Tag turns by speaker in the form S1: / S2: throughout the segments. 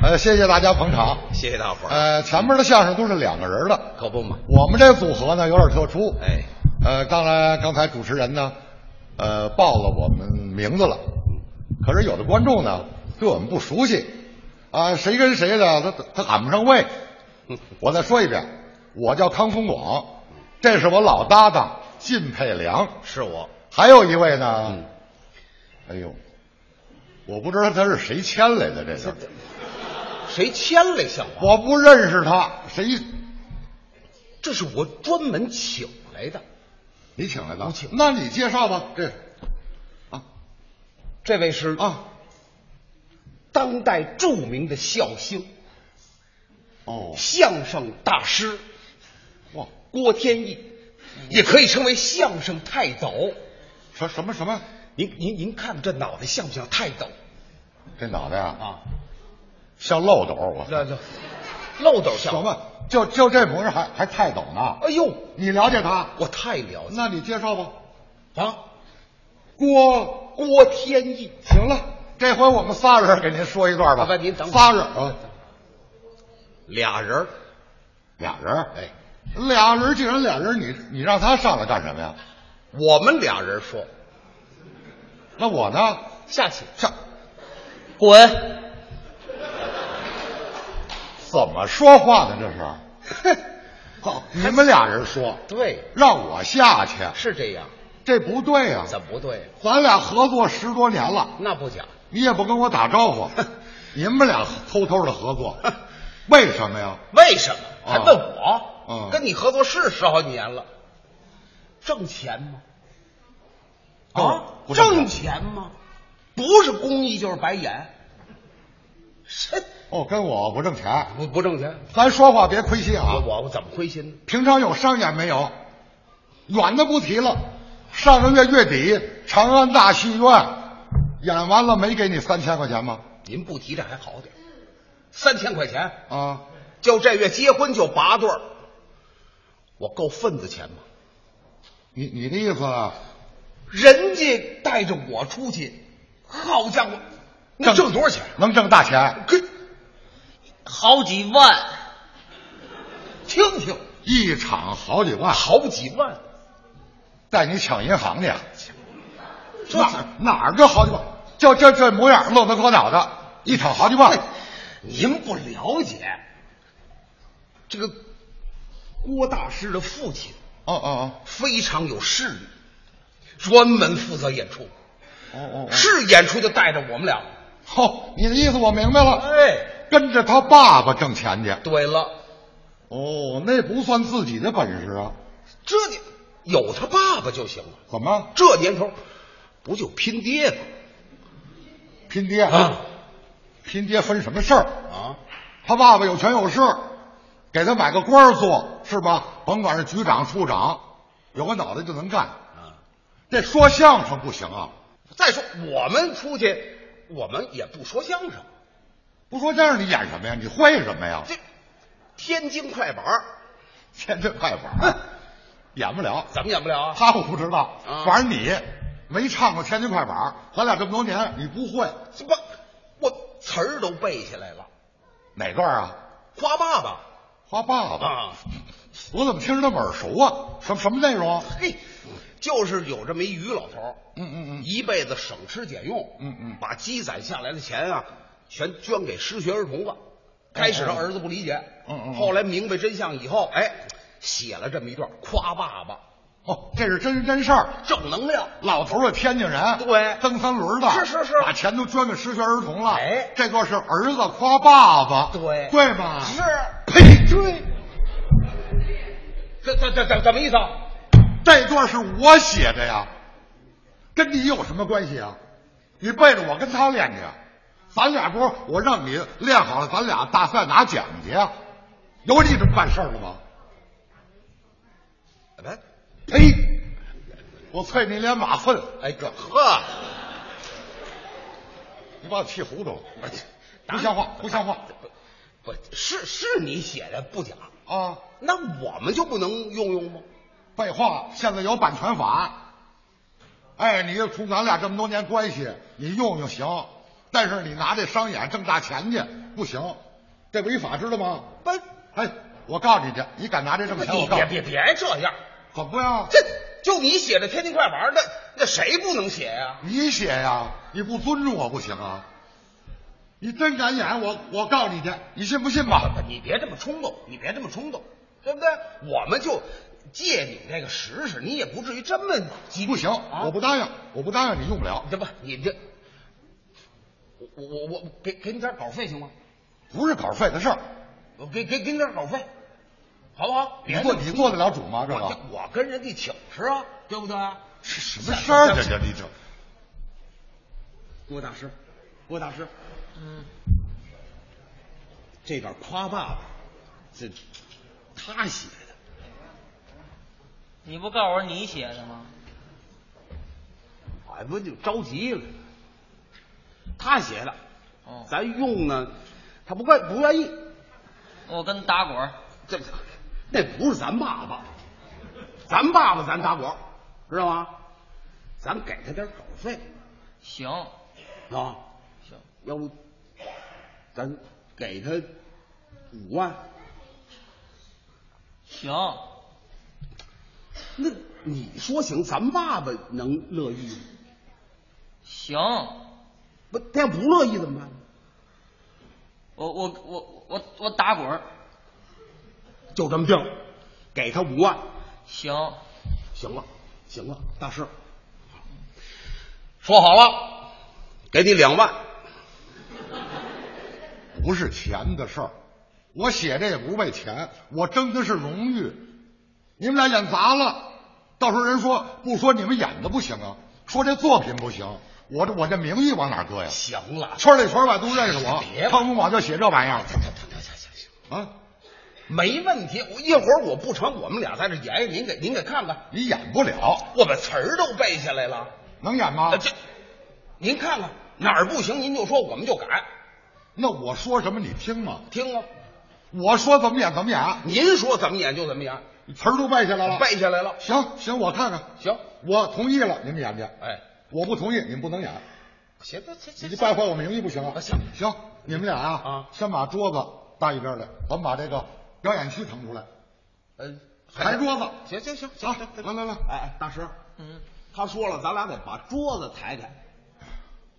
S1: 呃，谢谢大家捧场。
S2: 谢谢大伙儿，
S1: 呃，前面的相声都是两个人的，
S2: 可不嘛。
S1: 我们这组合呢有点特殊。
S2: 哎，
S1: 呃，当然刚才主持人呢，呃，报了我们名字了，可是有的观众呢对我们不熟悉，啊、谁跟谁的他他喊不上位。我再说一遍，我叫康风广，这是我老搭档靳佩良，
S2: 是我。
S1: 还有一位呢，哎呦，我不知道他是谁签来的这个。
S2: 谁签来像话？
S1: 我不认识他，谁
S2: 这是我专门请来的。
S1: 你请来的？我请。那你介绍吧，这
S2: 这位是
S1: 啊，
S2: 当代著名的笑星、
S1: 哦，
S2: 相声大师
S1: 哇，
S2: 郭天意，也可以称为相声泰斗。
S1: 什什么什么？
S2: 您您您看这脑袋像不像泰斗
S1: 这脑袋啊，
S2: 啊？
S1: 像漏斗，我
S2: 那那漏斗
S1: 什
S2: 像吗？
S1: 么？就就这模样还还泰斗呢？
S2: 哎呦，
S1: 你了解他？
S2: 我太了解
S1: 那你介绍吧。
S2: 啊！
S1: 郭，
S2: 郭天意，
S1: 行了，这回我们仨人给您说一段吧。
S2: 老板您等会儿
S1: 仨人啊，
S2: 俩人儿
S1: 俩人，
S2: 哎，
S1: 俩人，既然俩人，你你让他上来干什么呀？
S2: 我们俩人说
S1: 那我呢？
S2: 下去
S1: 上
S2: 滚。
S1: 怎么说话呢？这是。
S2: 哼，
S1: 好，你们俩人说，
S2: 对，
S1: 让我下去，
S2: 是这样，
S1: 这不对啊呀、
S2: 怎么不对？
S1: 咱俩合作十多年了，
S2: 那不假，
S1: 你也不跟我打招 呼，你们俩偷偷的合作，为什么呀？
S2: 为什么？
S1: 哦
S2: 还问我？
S1: 嗯
S2: 跟你合作是十好几年了，挣钱吗？啊，
S1: 不挣
S2: 挣钱吗？不是公益就是白眼，是
S1: 哦，跟我不挣钱，
S2: 不不挣钱？
S1: 咱说话别亏心
S2: 我
S1: 啊。
S2: 我我怎么亏心呢？
S1: 平常有商演没有？远的不提了，上个月月底长安大戏院演完了，没给你三千块钱吗？
S2: 您不提这还好点儿，三千块钱，
S1: 啊，
S2: 就这月结婚就八对儿，我够份子钱吗？
S1: 你你的意思啊？
S2: 人家带着我出去，好家伙，能挣多少钱？啊
S1: 能挣大钱？
S2: 跟
S3: 好几万，
S2: 听听，
S1: 一场好几万，
S2: 好几万，
S1: 带你抢银行去。啊
S2: 这
S1: 哪哪儿就好几万，就这这模样，骆驼哥脑袋，一场好几万。
S2: 哎您不了解。这个郭大师的父亲
S1: 哦哦
S2: 非常有势力，专门负责演出，
S1: 哦哦
S2: 是演出就带着我们俩。
S1: 哦，你的意思我明白了，
S2: 哎，
S1: 跟着他爸爸挣钱去。
S2: 对了，
S1: 哦，那不算自己的本事啊？
S2: 这年有他爸爸就行了。
S1: 怎么
S2: 这年头不就拼爹吗？
S1: 拼爹？啊拼爹分什么事儿？
S2: 啊！
S1: 他爸爸有权有势，给他买个官儿做是吧？甭管是局长、处长，有个脑袋就能干。
S2: 啊
S1: 这说相声不行啊！
S2: 再说我们出去，我们也不说相声，
S1: 不说相声你演什么呀？你会什么呀？
S2: 这天津快板儿
S1: 天津快板
S2: 哼
S1: 儿演不了。
S2: 怎么演不了啊？
S1: 他我不知道
S2: 啊，
S1: 反正你没唱过天津快板儿，咱俩这么多年你不会
S2: 什么？我词儿都背下来了，
S1: 哪段啊？
S2: 夸爸爸
S1: 花爸爸，
S2: 啊，
S1: 我怎么听着那么耳熟啊？什么什么内容啊？
S2: 嘿，就是有这么一于老头儿，
S1: 嗯嗯嗯
S2: 一辈子省吃俭用，
S1: 嗯嗯
S2: 把积攒下来的钱啊，全捐给失学儿童了。开始他儿子不理解，
S1: 哦嗯嗯嗯
S2: 后来明白真相以后，哎，写了这么一段夸爸爸，
S1: 哦，这是真人真事儿。
S2: 正能量。
S1: 老头儿是天津人，
S2: 对
S1: 蹬三轮的，
S2: 是是是
S1: 把钱都捐给失学儿童了。
S2: 哎
S1: 这个是儿子夸爸爸，
S2: 对
S1: 对吧？
S2: 是，
S1: 呸，对，
S2: 这这这怎怎么意思啊？
S1: 这段是我写的呀，跟你有什么关系啊？你背着我跟他练去，啊咱俩不是我让你练好了，咱俩大赛拿奖去啊？有你这么办事儿的吗？
S2: 哎，
S1: 呸！我啐你脸马粪！
S2: 哎这呵，
S1: 你把我气糊涂了，
S2: 不是哎
S1: 不像话，不像话
S2: 不是是你写的不假，
S1: 啊！
S2: 那我们就不能用用吗？
S1: 废话，现在有版权法。哎，你就从咱俩这么多年关系，你用用行，但是你拿这商演挣大钱去，不行，这违法知道吗？
S2: 不，
S1: 哎，我告诉你去，你敢拿这挣钱，
S2: 你
S1: 我告诉你，
S2: 别别别这样，
S1: 怎么啊呀？
S2: 这就你写的《天津快板》，那那谁不能写呀、
S1: 你写呀，你不尊重我不行啊！你真敢演，我我告你去，你信不信吧？
S2: 你别这么冲动，你别这么冲动，对不对？我们就借你那个试试，你也不至于这么急。
S1: 不行，
S2: 啊
S1: 我不答应，我不答应，你用不了。
S2: 这不，你这，我我我我给给你点稿费行吗？
S1: 不是稿费的事儿，
S2: 我给给给你点稿费，好不好？
S1: 你做你做得了主吗？这个
S2: 我这我跟人家请示啊，对不对？
S1: 是什么事儿？这这你这，
S2: 郭大师，郭大师，嗯，这点夸爸爸，这他写的，
S3: 你不告诉我你写的吗？
S2: 我哎不就着急了？他写的，
S3: 哦，
S2: 咱用呢，他不愿不愿意，
S3: 我跟打滚儿，
S2: 这那不是咱爸爸，咱爸爸咱打果，知道吗？咱给他点稿费
S3: 行
S2: 啊，
S3: 行，
S2: 要不咱给他五万？
S3: 行，
S2: 那你说行？咱爸爸能乐意吗？
S3: 行，
S2: 不，他要不乐意怎么办？
S3: 我我我我我打滚儿，
S2: 就这么定，给他五万，
S3: 行，
S2: 行了，行了，大师，说好了，给你两万，
S1: 不是钱的事儿，我写这也不为钱，我争的是荣誉。你们俩演砸了，到时候人说不说你们演的不行啊，说这作品不行，我这我这名誉往哪儿搁呀？
S2: 行了
S1: 圈里圈外都认识我
S2: 别，吧
S1: 唱功广就写这玩意儿
S2: 行行行行行，
S1: 啊！
S2: 没问题。我一会儿我不成，我们俩在这演演，您给您给看看，
S1: 你演不了，
S2: 我把词儿都背下来了。
S1: 能演吗
S2: 呃？这您看看哪儿不行，您就说，我们就改。
S1: 那我说什么你听吗？
S2: 听啊，
S1: 我说怎么演怎么演，
S2: 您说怎么演就怎么演，
S1: 词儿都背下来了。
S2: 背下来了。
S1: 行行，我看看，
S2: 行，
S1: 我同意了，你们演去。
S2: 哎，
S1: 我不同意，你们不能演，
S2: 行行行
S1: 你
S2: 行
S1: 这败坏我名誉不行啊
S2: 啊！行
S1: 行，你们俩啊
S2: 啊，
S1: 先把桌子搭一边来，咱们把这个表演区腾出来。
S2: 嗯，
S1: 抬桌子
S2: 行行行
S1: 啊
S2: 行行，
S1: 来来来
S2: 哎哎，大师，
S3: 嗯，
S2: 他说了，咱俩得把桌子抬抬，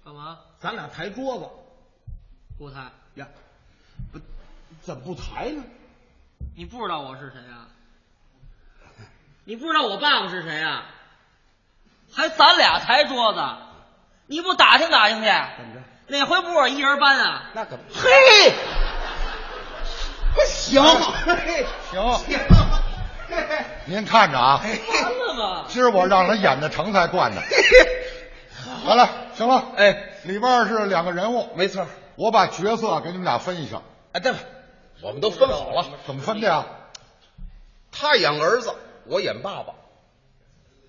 S3: 干嘛？
S2: 咱俩抬桌子
S3: 郭太，
S2: 呀，不，怎么不抬呢？
S3: 你不知道我是谁 啊？你不知道我爸爸是谁啊？还咱俩抬桌子，你不打听打听去？
S2: 怎么着？
S3: 哪回不是我一人搬 啊？
S2: 那怎么？嘿，不行，嘿
S1: 行，
S2: 行，嘿嘿
S1: 您看着啊，
S3: 完了吗？
S1: 今儿我让他演的成才惯 的。好了，行了，
S2: 哎，
S1: 里边是两个人物，
S2: 没错儿，
S1: 我把角色给你们俩分一下，
S2: 哎，对了，我们都分好了，
S1: 怎么分的呀？
S2: 他演儿子，我演爸爸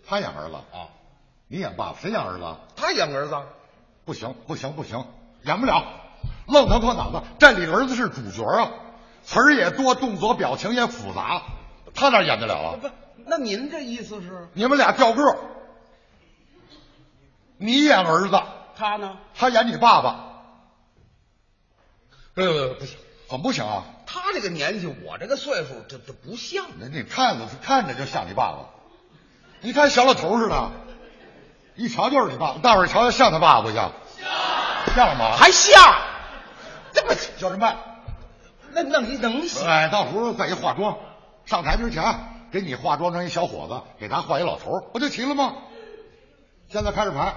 S1: 他演儿子，
S2: 啊，
S1: 你演爸爸，谁演儿子啊？
S2: 他演儿子，
S1: 不行，不行，不行，演不了，愣头破脑子。这里儿子是主角啊，词儿也多，动作表情也复杂，他哪演得了啊？
S2: 不，那您这意思是
S1: 你们俩掉个儿，你演儿子，
S2: 他呢？
S1: 他演你爸爸，
S2: 不不不行，
S1: 怎么不行啊？
S2: 他这个年纪，我这个岁数，这这不像。
S1: 你你看着看着就像你爸爸，你看小老头似的，一瞧就是你爸。大伙儿瞧瞧像他爸爸不像？像吗？
S2: 还像？这不
S1: 叫什么？
S2: 那那你能行？
S1: 哎，到时候再一化妆，上台之前啊给你化妆成一小伙子，给他换一老头儿，不就齐了吗？现在开始排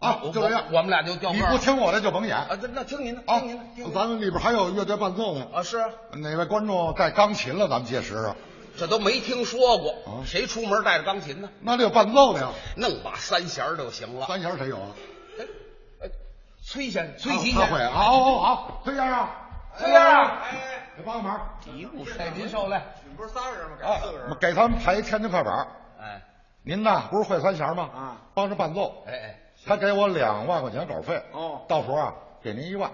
S1: 啊，就这样。
S2: 我们俩就掉
S1: 你
S2: 个儿
S1: 不听我的就甭演
S2: 啊
S1: 啊！！
S2: 那那听您的，听您的，听您的
S1: 咱们里边还有乐队伴奏呢。
S2: 啊！是啊，
S1: 哪位观众带钢琴了？咱们届时啊，
S2: 这都没听说过，
S1: 啊
S2: 谁出门带着钢琴呢？
S1: 那得有伴奏的呀。
S2: 弄把三弦儿就行了。
S1: 三弦谁有啊？
S2: 哎哎崔先，崔吉
S1: 他
S2: 先
S1: 会啊！好好好，崔先生，啊
S2: 崔先生
S1: 哎，给帮个忙，
S2: 一步开您受累。
S4: 不是仨人吗？
S1: 啊
S4: 改四个人。
S1: 给他们排天津快板。
S2: 哎
S1: 您呐，不是会三弦吗？
S4: 啊，
S1: 帮着伴奏。
S2: 哎哎，
S1: 他给我两万块钱稿费。
S4: 哦
S1: 到时候啊，给您一万。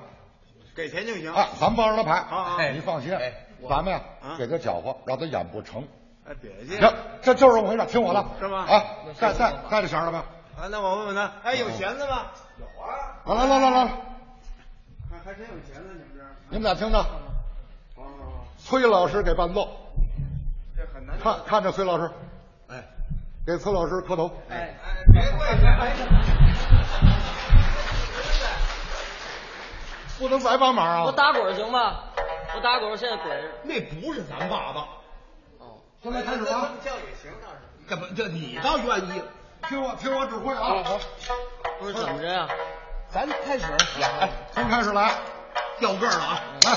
S4: 给钱就行。
S1: 啊，咱帮着他排。
S4: 好好
S2: 哎
S1: 您放心
S2: 哎，
S1: 咱们呀
S4: 啊
S1: 给他搅和，让他演不成。
S4: 哎，别介。
S1: 行，这就是这么回事，听我的。
S4: 是吗
S1: 啊，带带带着弦了吧？
S4: 啊，那我问问他，哎，有弦子吗？有啊。
S1: 来来来来来。
S4: 还还真有弦子，你们这儿。
S1: 你们俩听着，
S4: 哦，
S1: 崔老师给伴奏，
S4: 这很难。
S1: 看看着崔老师，
S2: 哎，
S1: 给崔老师磕头。
S3: 哎，
S4: 哎，别跪下！
S1: 不能白帮忙啊！
S3: 我打滚儿行吗？我打滚儿，现在滚儿。
S2: 那不是咱爸爸，
S3: 哦，
S1: 现在开始啊！
S4: 叫也行，倒是。
S2: 怎么这你倒愿意了？
S1: 听我听我指挥啊！
S3: 不是怎么着呀？
S2: 咱开始，哎，
S1: 从开始来，哎
S2: 掉个儿了啊！
S1: 来，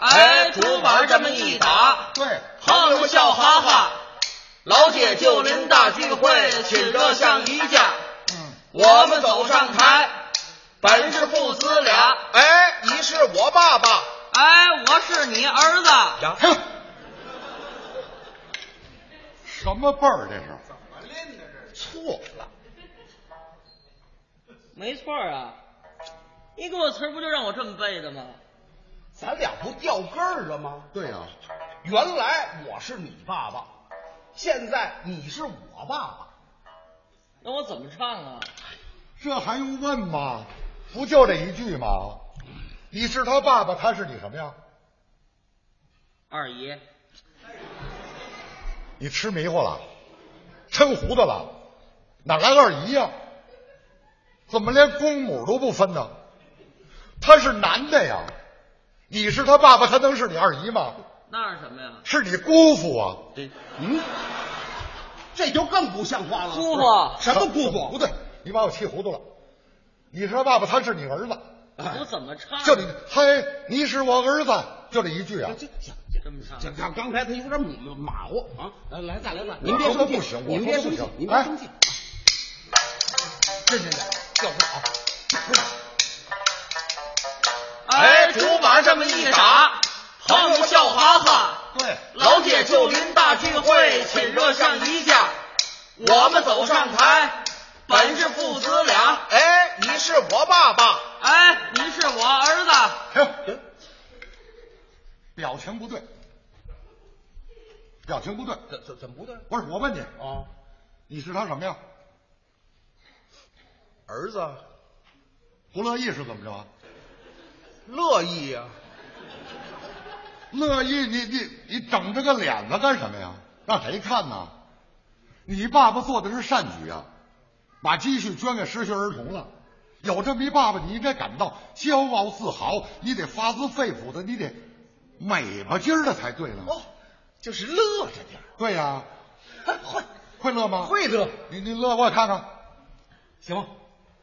S3: 哎，竹板这么一打，
S1: 对，
S3: 横着笑哈哈。老铁就临大聚会，请个像一家。
S1: 嗯，
S3: 我们走上台，本是父子俩。
S4: 哎，你是我爸爸。
S3: 哎，我是你儿子。
S1: 嘿，什么辈儿这是？
S2: 错了，
S3: 没错儿啊，你给我词儿不就让我这么背的吗？
S2: 咱俩不掉根儿了吗？
S1: 对呀、
S2: 原来我是你爸爸，现在你是我爸爸。
S3: 那我怎么唱啊？
S1: 这还用问吗？不就这一句吗？你是他爸爸，他是你什么呀？
S3: 二爷，
S1: 你吃迷糊了，抻胡子了，哪来二姨呀、怎么连公母都不分呢？他是男的呀，你是他爸爸，他能是你二姨吗？
S3: 那是什么呀？
S1: 是你姑父啊！
S3: 对，
S2: 嗯，这就更不像话了。
S3: 姑父，
S2: 什么姑父？
S1: 不对，你把我气糊涂了。你是他爸爸，他是你儿子，
S3: 我怎么唱？啊
S1: 就你嘿，你是我儿子，就这一句啊
S2: 这。这
S3: 这么唱啊
S2: 这刚啊刚才他有点马马虎啊！来来，再来来，
S1: 您
S2: 您
S1: 别
S2: 别
S1: 生气
S2: 生气，
S1: 您
S2: 您
S1: 别
S2: 别
S1: 生
S2: 生
S1: 气
S2: 气，
S1: 您
S2: 您
S1: 别
S2: 别
S1: 生
S2: 生
S1: 气
S2: 气。这这这，要不好，
S3: 哎，竹板这么一打，横着笑哈哈。
S1: 对，
S3: 老铁就临大聚会，亲热像一家。我们走上台，本是父子俩。
S4: 哎，你是我爸爸。
S3: 哎，您是我儿子，
S1: 停，哎表情不对，表情不对。
S2: 怎怎怎么不对
S1: 不是，我问你，
S2: 啊？
S1: 你是他什么呀？
S4: 儿子，
S1: 不乐意是怎么着啊？
S4: 乐意呀、
S1: 乐意，你你你整这个脸子干什么呀？让谁看呢？你爸爸做的是善举啊，把积蓄捐给失学儿童了。有这么一爸爸，你应该感到骄傲自豪，你得发自肺腑的，你得美吧唧儿的才对呢。
S2: 哦，就是乐着点儿
S1: 对呀、
S2: 会
S1: 会乐吗？。
S2: 会乐
S1: 你你乐我也看看，
S2: 行吗？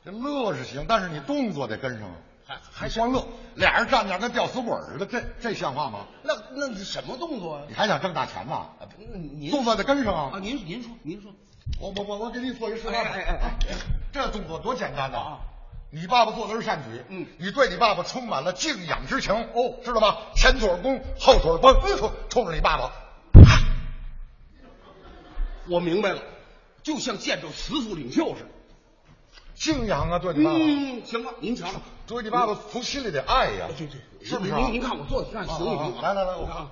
S1: 这乐是行，但是你动作得跟上啊。
S2: 还
S1: 还光乐，俩人站那儿跟吊死鬼儿似的，这这像话吗？
S2: 那那你什么动作啊
S1: 你？还想挣大钱呢？
S2: 啊不您
S1: 动作得跟上啊！
S2: 啊，您您说您说，
S1: 我我我我给你做一示范。
S2: 哎哎哎哎
S1: 啊这动作多简单呐、
S2: 啊
S1: 你爸爸做的是善举，
S2: 嗯
S1: 你对你爸爸充满了敬仰之情，哦，知道吗？前腿弓，后腿绷，冲冲着你爸爸，
S2: 我明白了，就像见着慈父领袖似的。
S1: 敬仰啊，对你爸爸，
S2: 嗯，行吧，您瞧瞧，
S1: 对你爸爸从心里得爱呀、
S2: 对对，
S1: 是不是、啊？
S2: 您您看我做的，看
S1: 啊
S2: 行不
S1: 啊
S2: 行？
S1: 来来来，我
S2: 我看
S1: 看
S2: 啊，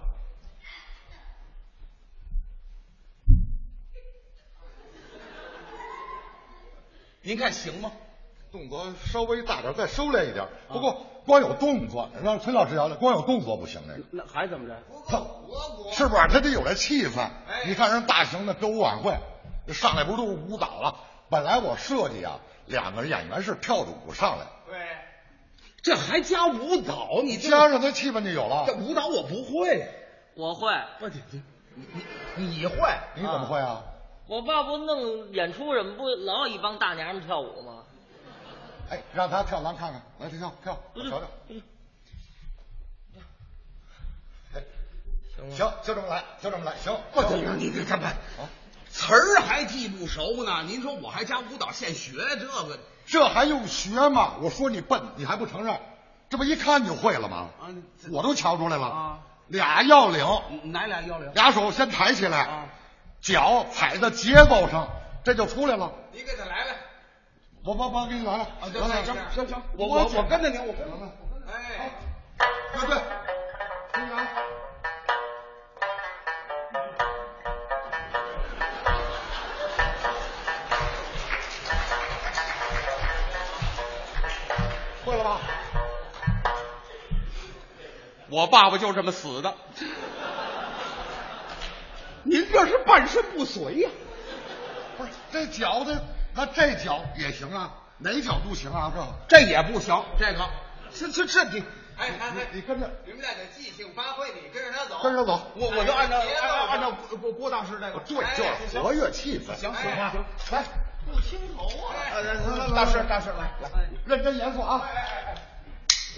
S2: 您看行吗？
S1: 动作稍微大点，再收敛一点。不
S2: 啊
S1: 过光有动作，让崔老师聊聊，光有动作不行，这个。
S2: 那还怎么着？
S1: 是不是？他得有这气氛。
S2: 哎
S1: 你看人大型的歌舞晚会，上来不是都是舞蹈了？本来我设计啊，两个演员是跳着舞上来，
S4: 对，
S2: 这还加舞蹈？你这
S1: 加上他气氛就有了
S2: 这。舞蹈我不会，
S3: 我会。
S2: 不你你你会？
S1: 你怎么会啊？
S3: 我爸不弄演出什么，不老有一帮大娘们跳舞吗？
S1: 哎，让他跳，咱看看，来跳跳跳，
S2: 嗯
S1: 我瞧瞧。哎行，就这么来，就这么来，行。
S2: 不行，你这干嘛？
S1: 啊，
S2: 词儿还记不熟呢，您说我还加舞蹈现学这个
S1: 这还用学吗？我说你笨，你还不承认？这不一看就会了吗？
S2: 啊？这
S1: 我都瞧出来了。
S2: 啊
S1: 俩要领，
S2: 哪俩幺零？
S1: 俩手先抬起来，
S2: 啊
S1: 脚踩在节奏上，这就出来了。
S4: 你给他来来。
S1: 我我我给你来了，
S2: 啊，对
S1: 来
S2: 对，
S1: 来
S2: 行
S1: 来
S2: 行行，
S1: 我
S2: 我
S1: 我
S2: 我
S1: 我
S2: 我
S1: 跟
S2: 跟
S1: 着
S2: 着
S1: 你
S2: 您，我
S1: 跟着
S2: 跟着
S1: 您
S2: 您。
S4: 哎，
S2: 啊
S1: 对对，听着啊。
S2: 了吧？
S5: 我爸爸就这么死的。
S2: 您这是半身不遂呀、
S1: 不是这脚的，那这脚也行啊，哪脚都行啊，这
S2: 这也不行，这个，这这这你，
S4: 哎哎哎，
S1: 你跟着
S4: 你们俩得即兴发挥，你跟着他走，
S1: 跟着走，
S2: 我我就按照
S4: 哎别
S2: 按
S4: 闹了
S2: 按照郭郭郭大师这个，
S1: 对，就是活跃气氛，
S2: 行
S1: 行
S2: 行
S1: 吧
S2: 行，
S1: 来，哎
S4: 哎不听头啊！
S2: 呃大师大师来来，
S1: 认真严肃啊，
S4: 哎哎哎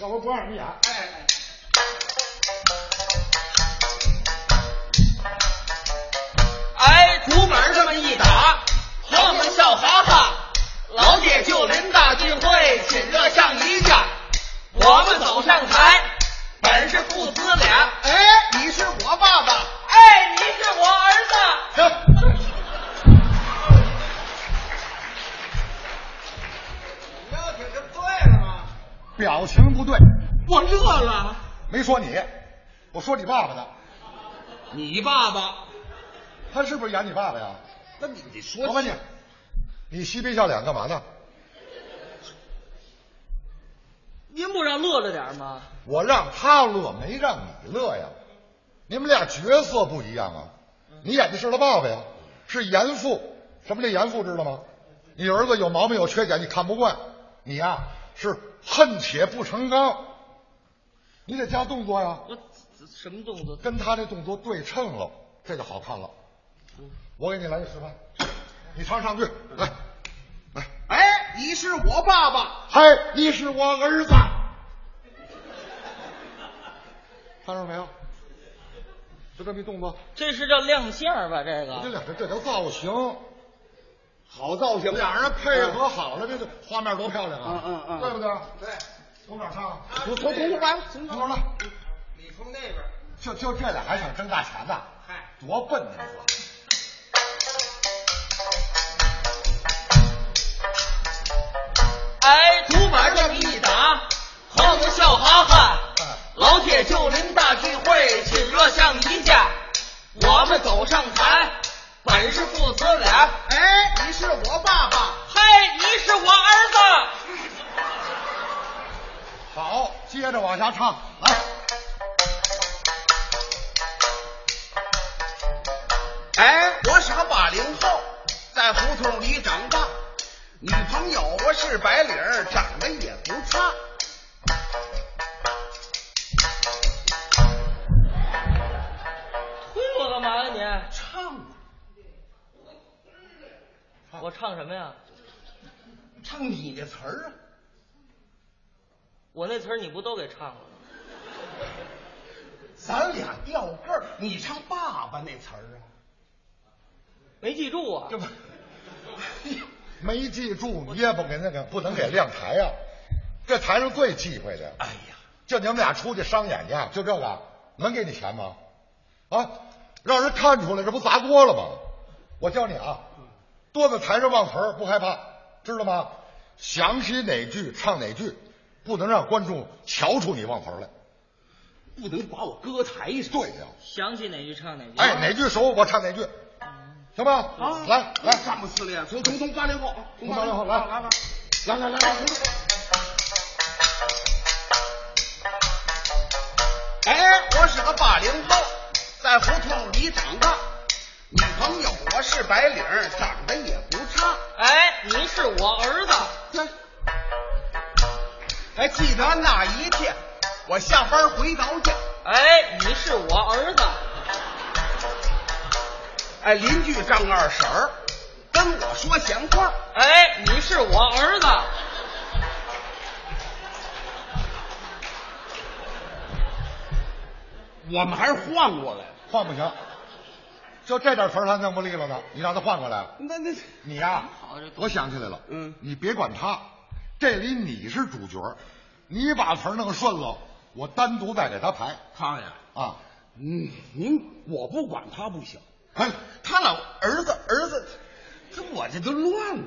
S1: 要不不让你演。
S4: 哎，
S3: 哎，竹板这么一打，朋友们笑哈哈。老铁就临大聚会，亲热上一下。我们走上台，本是父子俩。
S4: 哎，你是我爸爸，
S3: 哎，你是我儿子。
S4: 你要挺这对了吗？
S1: 表情不对，
S2: 我乐了，
S1: 没说你，我说你爸爸呢，
S2: 你爸爸，
S1: 他是不是演你爸爸呀？
S2: 那你你说
S1: 我问你，你嬉皮笑脸干嘛呢？
S3: 您不让乐着点吗？
S1: 我让他乐，没让你乐呀。你们俩角色不一样啊。你演的是他爸爸呀，是严父。什么叫严父知道吗？你儿子有毛病有缺点，你看不惯，你呀、是恨铁不成钢。你得加动作呀，
S3: 我什么动作？
S1: 跟他这动作对称了，这就好看了。我给你来个示范，你唱上句来，来，
S4: 哎，你是我爸爸，
S1: 嗨，你是我儿子，看着没有？就这么一动作。
S3: 这是叫亮相吧？这
S4: 啊
S1: 这
S3: 个
S1: 俩人这叫造型，
S2: 好造型，
S1: 俩人配
S4: 嗯
S1: 合好了，这个画面多漂亮啊！
S2: 嗯嗯嗯
S1: 对不对？
S4: 对，啊
S1: 从哪上？
S2: 从从从头来，
S1: 从头来，
S4: 你从那边，
S1: 就就这俩还想挣大钱呢？
S4: 嗨，
S1: 多笨呢！你说
S3: 哎，竹板这么一打，朋友们笑哈哈
S1: 嗯。
S3: 老铁就临大聚会，亲热上一下。我们走上台，本是父子俩。
S4: 哎，你是我爸爸，
S3: 嘿，你是我儿子。
S1: 好，接着往下唱，来，
S4: 哎，我是个八零后，在胡同里长大，女朋友我是白领儿，长得也不差。
S3: 推我干嘛呀你？
S2: 唱啊
S3: 我唱什么呀？
S2: 唱你的词儿啊，
S3: 我那词儿你不都给唱了吗？
S2: 咱俩调个儿，你唱爸爸那词儿啊，
S3: 没记住啊
S2: 这？不，
S1: 没记住，你也不给那个，不能给亮台呀、这台上最忌讳的，
S2: 哎呀，
S1: 就你们俩出去商演去，啊就这个能给你钱吗？啊，让人看出来，这不砸锅了吗？我教你啊，多在台上忘词儿不害怕，知道吗？想起哪句唱哪句，不能让观众瞧出你忘词儿来。
S2: 不能把我搁台上，
S1: 对呀、
S3: 想起哪句唱哪句。
S1: 哎，哪句熟我唱哪句，行吧？
S2: 啊，
S1: 来来，
S2: 干不撕裂，从从从八零后，
S1: 从八零后
S4: 啊
S1: 来
S2: 来吧，来来来来，
S4: 哎，我是个八零后，在胡同里长大，女朋友我是白领儿，长得也不差。
S3: 哎，你是我儿子。
S4: 还哎记得那一天，我下班回到家，
S3: 哎，你是我儿子。
S4: 哎，邻居张二婶儿跟我说闲话，
S3: 哎，你是我儿子。
S2: 我们还是换过来，
S1: 换不行，就这点词儿他弄不利落呢，你让他换过来。
S2: 那那
S1: 你呀、
S3: 好这
S1: 我想起来了，
S2: 嗯
S1: 你别管他，这里你是主角，你把词儿弄顺了，我单独再给他排
S2: 康爷，
S1: 啊。
S2: 嗯，您我不管他不行，
S1: 哎，
S2: 他老儿子儿子，这我这都乱了。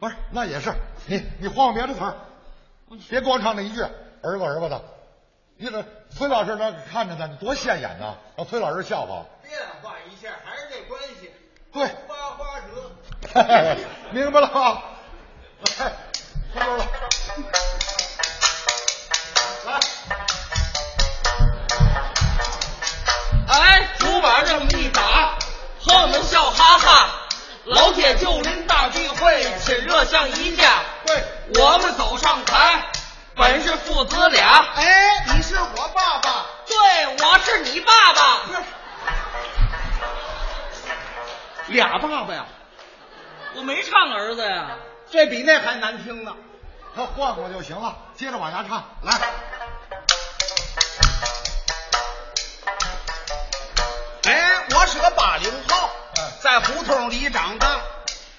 S1: 不是，那也是你，你换换别的词儿，别光唱那一句儿子儿子的。你这崔老师那看着呢，你多现眼呐，让崔老师笑话。
S4: 变化一下，还是这关系，
S1: 对，
S4: 花花折。
S1: 啊明白了吗？哎，差不多了。
S3: 哎朋友们笑哈哈。老铁就临大聚会，亲热像一家。
S2: 对
S3: 我们走上台，本是父子俩。
S2: 哎，你是我爸爸，
S3: 对，我是你爸爸。
S6: 俩爸爸呀，
S3: 我没唱儿子呀。
S6: 这比那还难听呢。
S1: 他换过就行了，接着往下唱，来。
S2: 哎，我是个八零后
S1: 嗯，
S2: 在胡同里长大，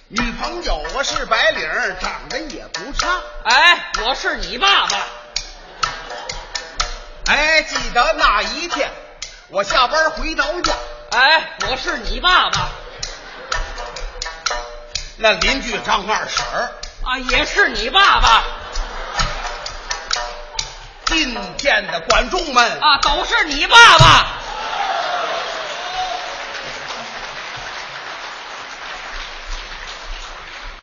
S2: 女朋友我是白领儿，长得也不差。
S3: 哎，我是你爸爸。
S2: 哎，记得那一天，我下班回到家，
S3: 哎，我是你爸爸。
S2: 那邻居张二婶儿
S3: 啊，也是你爸爸。
S2: 今天的观众们
S3: 啊，都是你爸爸。